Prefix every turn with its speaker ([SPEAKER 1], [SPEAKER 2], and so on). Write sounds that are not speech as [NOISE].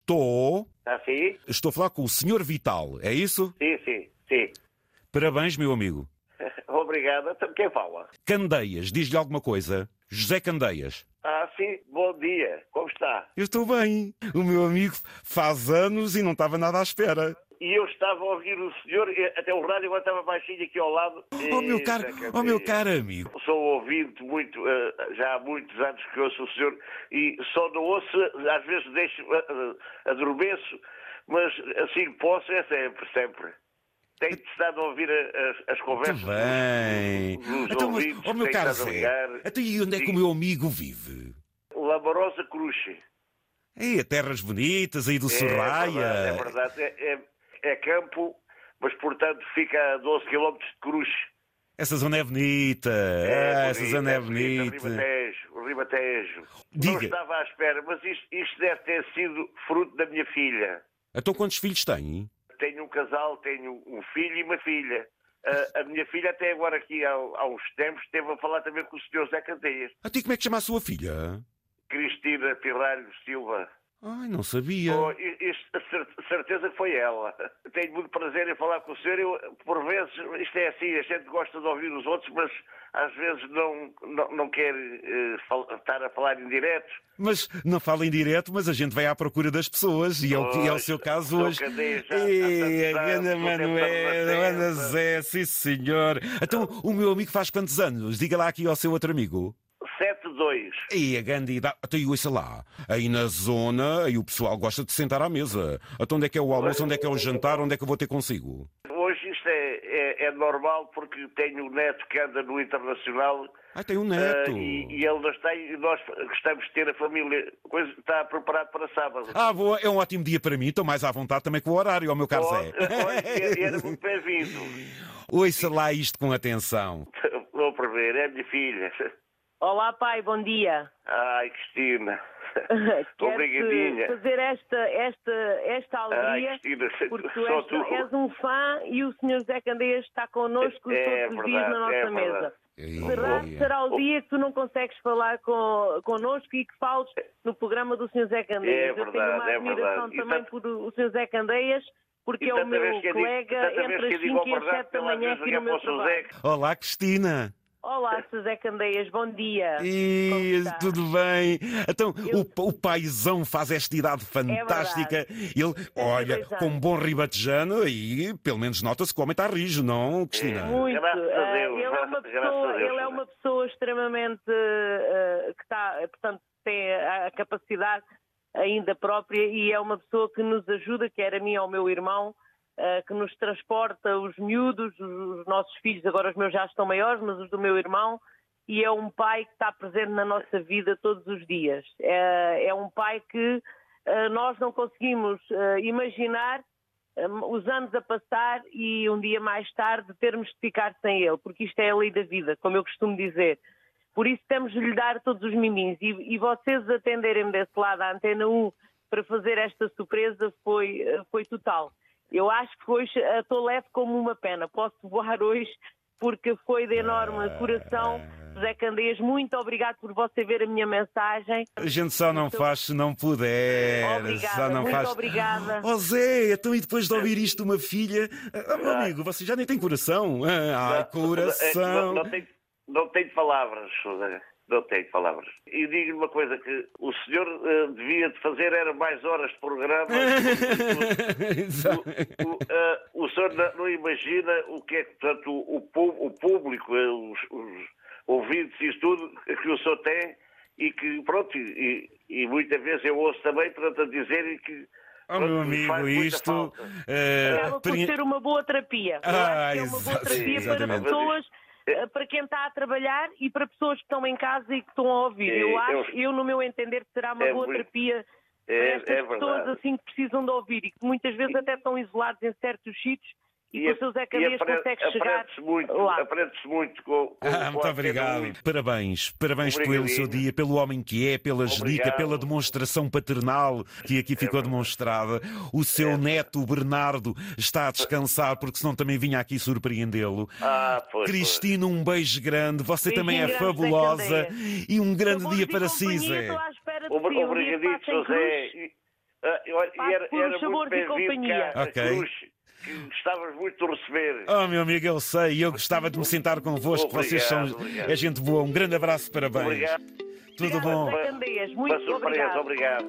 [SPEAKER 1] Está Tá sim?
[SPEAKER 2] Estou a falar com o Sr. Vital, é isso?
[SPEAKER 1] Sim, sim, sim. [LAUGHS]
[SPEAKER 2] Parabéns, meu amigo.
[SPEAKER 1] Obrigado. Então, quem fala?
[SPEAKER 2] Candeias, diz-lhe alguma coisa? José Candeias.
[SPEAKER 1] Ah, sim. Bom dia. Como está?
[SPEAKER 2] Eu estou bem. O meu amigo faz anos e não estava nada à espera.
[SPEAKER 1] E eu estava a ouvir o senhor, e até o rádio agora estava baixinho aqui ao lado.
[SPEAKER 2] Oh, meu
[SPEAKER 1] E-
[SPEAKER 2] caro, oh, meu caro amigo.
[SPEAKER 1] Sou ouvinte muito, eh, já há muitos anos que ouço o senhor e só não ouço, às vezes deixo, eh, eh, adormeço, mas assim que posso é sempre, sempre. Tenho estado a ouvir a- as, as conversas.
[SPEAKER 2] Muito bem.
[SPEAKER 1] Dos
[SPEAKER 2] Então, mas,
[SPEAKER 1] ouvidos,
[SPEAKER 2] oh, meu
[SPEAKER 1] tem
[SPEAKER 2] caro
[SPEAKER 1] estado a
[SPEAKER 2] Zé,
[SPEAKER 1] ligar.
[SPEAKER 2] então e onde é que o meu amigo vive?
[SPEAKER 1] Lamorosa Cruz.
[SPEAKER 2] Aí, a terras bonitas, aí do Sorraia.
[SPEAKER 1] É verdade, é, verdade. É- é- é campo, mas portanto fica a 12 km de Cruz.
[SPEAKER 2] Essa zona é bonita. ah, essa
[SPEAKER 1] bonito,
[SPEAKER 2] zona é
[SPEAKER 1] bonito,
[SPEAKER 2] bonita.
[SPEAKER 1] Ribatejo, Ribatejo. Não
[SPEAKER 2] Diga.
[SPEAKER 1] estava à espera, mas isto, isto deve ter sido fruto da minha filha.
[SPEAKER 2] Então quantos filhos tem?
[SPEAKER 1] Tenho um casal, tenho um filho e uma filha. A, a minha filha até agora aqui há, há uns tempos esteve a falar também com o senhor Zé Candeias.
[SPEAKER 2] Até como é que chama a sua filha?
[SPEAKER 1] Cristina Pirralho Silva.
[SPEAKER 2] Ai, não sabia.
[SPEAKER 1] Oh, i- isto, a cer- certeza que foi ela. Tenho muito prazer em falar com o senhor. Eu, por vezes, isto é assim, a gente gosta de ouvir os outros, mas às vezes não, não, não quer eh, fal- estar a falar em direto.
[SPEAKER 2] Mas não fala em direto, mas a gente vai à procura das pessoas e é o, que- é o seu caso
[SPEAKER 1] Pois,
[SPEAKER 2] hoje.
[SPEAKER 1] estou cadeia já há
[SPEAKER 2] E
[SPEAKER 1] tantos anos,
[SPEAKER 2] Ana
[SPEAKER 1] estou tentando
[SPEAKER 2] Manuel,
[SPEAKER 1] bater,
[SPEAKER 2] Ana
[SPEAKER 1] mas-
[SPEAKER 2] Zé, sim senhor. Então, o meu amigo faz quantos anos? Diga lá aqui ao seu outro amigo.
[SPEAKER 1] 7-2.
[SPEAKER 2] E a grande idade. Então, e ouça lá. Aí na zona, aí o pessoal gosta de sentar à mesa. Então, onde é que é o almoço? Onde é que é o jantar? Onde é que eu vou ter consigo?
[SPEAKER 1] Hoje isto é, é, é normal porque tenho um neto que anda no internacional
[SPEAKER 2] Ah, tem um
[SPEAKER 1] eh,
[SPEAKER 2] neto.
[SPEAKER 1] e, e ele nos tem e nós gostamos de ter a família. Coisa que está preparado para sábado.
[SPEAKER 2] Ah, boa, é um ótimo dia para mim. Estou mais à vontade também com o horário, ó meu caro
[SPEAKER 1] Olha,
[SPEAKER 2] Ah, Zé. [LAUGHS]
[SPEAKER 1] olha, era muito bem-vindo.
[SPEAKER 2] Ouça lá isto com atenção.
[SPEAKER 1] Vou prever, é a minha filha.
[SPEAKER 3] Olá, pai, bom
[SPEAKER 1] [LAUGHS]
[SPEAKER 3] dia.
[SPEAKER 1] Ai, Cristina.
[SPEAKER 3] Quero-te
[SPEAKER 1] Obrigadinha.
[SPEAKER 3] fazer esta, esta, esta
[SPEAKER 1] Ai,
[SPEAKER 3] alegria,
[SPEAKER 1] Cristina,
[SPEAKER 3] porque tu
[SPEAKER 1] só
[SPEAKER 3] és,
[SPEAKER 1] tu.
[SPEAKER 3] és um fã e o Sr. José Candeias está connosco
[SPEAKER 1] É
[SPEAKER 3] todos os dias na
[SPEAKER 1] verdade,
[SPEAKER 3] nossa
[SPEAKER 1] é
[SPEAKER 3] mesa.
[SPEAKER 2] Ei,
[SPEAKER 3] Será,
[SPEAKER 2] ei,
[SPEAKER 3] será o dia que tu não consegues falar com, connosco e que fales no programa do Sr. Zé Candeias.
[SPEAKER 1] É
[SPEAKER 3] Eu tenho uma
[SPEAKER 1] verdade, é
[SPEAKER 3] admiração
[SPEAKER 1] verdade. E
[SPEAKER 3] também
[SPEAKER 1] tanto-
[SPEAKER 3] por o Sr. Zé Candeias, porque
[SPEAKER 1] E
[SPEAKER 3] é o
[SPEAKER 1] tanta
[SPEAKER 3] meu
[SPEAKER 1] vez que eu digo-
[SPEAKER 3] colega
[SPEAKER 1] tanta vez
[SPEAKER 3] entre
[SPEAKER 1] que
[SPEAKER 3] as
[SPEAKER 1] eu digo ao
[SPEAKER 3] 5 e as
[SPEAKER 1] Bernardo
[SPEAKER 3] 7 da
[SPEAKER 1] pela
[SPEAKER 3] manhã
[SPEAKER 1] Avenida
[SPEAKER 3] aqui no meu
[SPEAKER 1] Afonso
[SPEAKER 3] trabalho.
[SPEAKER 1] Zé,
[SPEAKER 2] Olá, Cristina.
[SPEAKER 3] Olá, Sr. Zé Candeias, bom dia. Como
[SPEAKER 2] E
[SPEAKER 3] está?
[SPEAKER 2] tudo bem? Então,
[SPEAKER 3] Eu-
[SPEAKER 2] o, pa- o paizão faz esta idade fantástica. Ele, olha,
[SPEAKER 3] dois anos.
[SPEAKER 2] com bom ribatejano e pelo menos nota-se que o homem está rijo, não, Cristina?
[SPEAKER 3] Muito.
[SPEAKER 1] Graças a
[SPEAKER 3] Eh,
[SPEAKER 1] Deus,
[SPEAKER 3] ele, é uma
[SPEAKER 1] graças- graças
[SPEAKER 3] pessoa,
[SPEAKER 1] a Deus,
[SPEAKER 3] ele é
[SPEAKER 1] Sra.
[SPEAKER 3] uma pessoa extremamente eh, que está, eh, portanto, tem a, a capacidade ainda própria e é uma pessoa que nos ajuda, quer a mim ou ao meu irmão, eh, que nos transporta os miúdos, os, os nossos filhos, agora os meus já estão maiores, mas os do meu irmão, e é um pai que está presente na nossa vida todos os dias. É, é um pai que eh, nós não conseguimos eh, imaginar hum, os anos a passar e um dia mais tarde termos de ficar sem ele, porque isto é a lei da vida, como eu costumo dizer. Por isso temos de lhe dar todos os miminhos e, e vocês atenderem-me desse lado à Antena 1 para fazer esta surpresa foi, eh, foi total. Eu acho que hoje eh, estou leve como uma pena, posso voar hoje porque foi de enorme coração. José Candeias, muito obrigado por você ver a minha mensagem.
[SPEAKER 2] A gente só não faz se não puder. só
[SPEAKER 3] Obrigada,
[SPEAKER 2] não
[SPEAKER 3] muito
[SPEAKER 2] faz.
[SPEAKER 3] obrigada.
[SPEAKER 2] Oh Zé, então e depois de ouvir isto uma filha. Ah, meu amigo, você já nem tem coração. Ah, Ai,
[SPEAKER 1] Não,
[SPEAKER 2] coração.
[SPEAKER 1] não, tenho, não tenho palavras, Sra. não tenho palavras. E digo-lhe uma coisa que o senhor eh, devia de fazer era mais horas de programa.
[SPEAKER 2] Exato.
[SPEAKER 1] O, eh, o senhor na- não imagina o que é que portanto, o, o pu- o público, eh, os, os ouvintes e isso tudo que o senhor tem e que, pronto, e, e muitas vezes eu ouço também, portanto, a dizerem que.
[SPEAKER 2] Oh,
[SPEAKER 1] pronto,
[SPEAKER 2] meu
[SPEAKER 1] que faz
[SPEAKER 2] amigo,
[SPEAKER 1] muita
[SPEAKER 2] isto.
[SPEAKER 1] falta.
[SPEAKER 2] eh,
[SPEAKER 3] Acaba por
[SPEAKER 2] peri-
[SPEAKER 3] ser uma boa terapia. Eu
[SPEAKER 2] Ah,
[SPEAKER 3] acho que é uma boa
[SPEAKER 2] exato,
[SPEAKER 3] terapia para
[SPEAKER 2] exatamente.
[SPEAKER 3] pessoas, eh, para quem está a trabalhar e para pessoas que estão em casa e que estão a ouvir.
[SPEAKER 1] É,
[SPEAKER 3] Eu
[SPEAKER 1] eu-
[SPEAKER 3] acho, eu no meu entender, que será uma
[SPEAKER 1] É
[SPEAKER 3] boa
[SPEAKER 1] muito-
[SPEAKER 3] terapia para
[SPEAKER 1] É-
[SPEAKER 3] estas
[SPEAKER 1] é
[SPEAKER 3] pessoas
[SPEAKER 1] verdade.
[SPEAKER 3] assim que precisam de ouvir e que muitas vezes até estão isolados em certos sítios e, com o seu Zé Candeias
[SPEAKER 1] apre-
[SPEAKER 3] consegue chegar
[SPEAKER 1] aprende-se muito,
[SPEAKER 3] lá.
[SPEAKER 1] Aprende-se muito com, com, um. com
[SPEAKER 2] Ah,
[SPEAKER 1] a
[SPEAKER 2] muito
[SPEAKER 1] Antena
[SPEAKER 2] obrigado.
[SPEAKER 1] 1.
[SPEAKER 2] Parabéns. Parabéns pelo
[SPEAKER 1] Obrigadinho.
[SPEAKER 2] seu dia, pelo homem que é, pela genica,
[SPEAKER 1] Obrigado. É
[SPEAKER 2] pela demonstração paternal que aqui ficou demonstrada. O seu neto, o Bernardo, está a descansar, porque senão também vinha aqui surpreendê-lo.
[SPEAKER 1] Ah, pois, pois.
[SPEAKER 2] Cristina, um beijo grande. Você
[SPEAKER 3] Beijinho
[SPEAKER 2] também é
[SPEAKER 3] grande, Zé
[SPEAKER 2] fabulosa.
[SPEAKER 3] Candeias.
[SPEAKER 2] E um grande
[SPEAKER 3] Sabores
[SPEAKER 2] dia
[SPEAKER 3] e
[SPEAKER 2] para si,
[SPEAKER 3] companhia,
[SPEAKER 2] Zé.
[SPEAKER 3] Estou à espera de si. Um dia
[SPEAKER 1] Obrigadito,
[SPEAKER 3] passem
[SPEAKER 1] José.
[SPEAKER 3] cruz.
[SPEAKER 1] E- Ah, e olha,
[SPEAKER 3] Passo
[SPEAKER 1] e era,
[SPEAKER 3] por
[SPEAKER 1] era muito
[SPEAKER 3] sabores e
[SPEAKER 1] bem-vindo
[SPEAKER 3] companhia.
[SPEAKER 1] cá, a
[SPEAKER 2] Ok.
[SPEAKER 1] Cruz, que gostavas muito de receber.
[SPEAKER 2] Oh, meu amigo, eu sei, e eu gostava de me sentar convosco. Vocês são
[SPEAKER 1] Obrigado, obrigado.
[SPEAKER 2] é gente boa. Um grande abraço, parabéns.
[SPEAKER 1] obrigado.
[SPEAKER 2] Tudo
[SPEAKER 3] Obrigada,
[SPEAKER 2] bom.
[SPEAKER 3] Zé Candeias.
[SPEAKER 1] Uma
[SPEAKER 3] Muito
[SPEAKER 1] surpresa,
[SPEAKER 3] obrigada.
[SPEAKER 1] obrigado.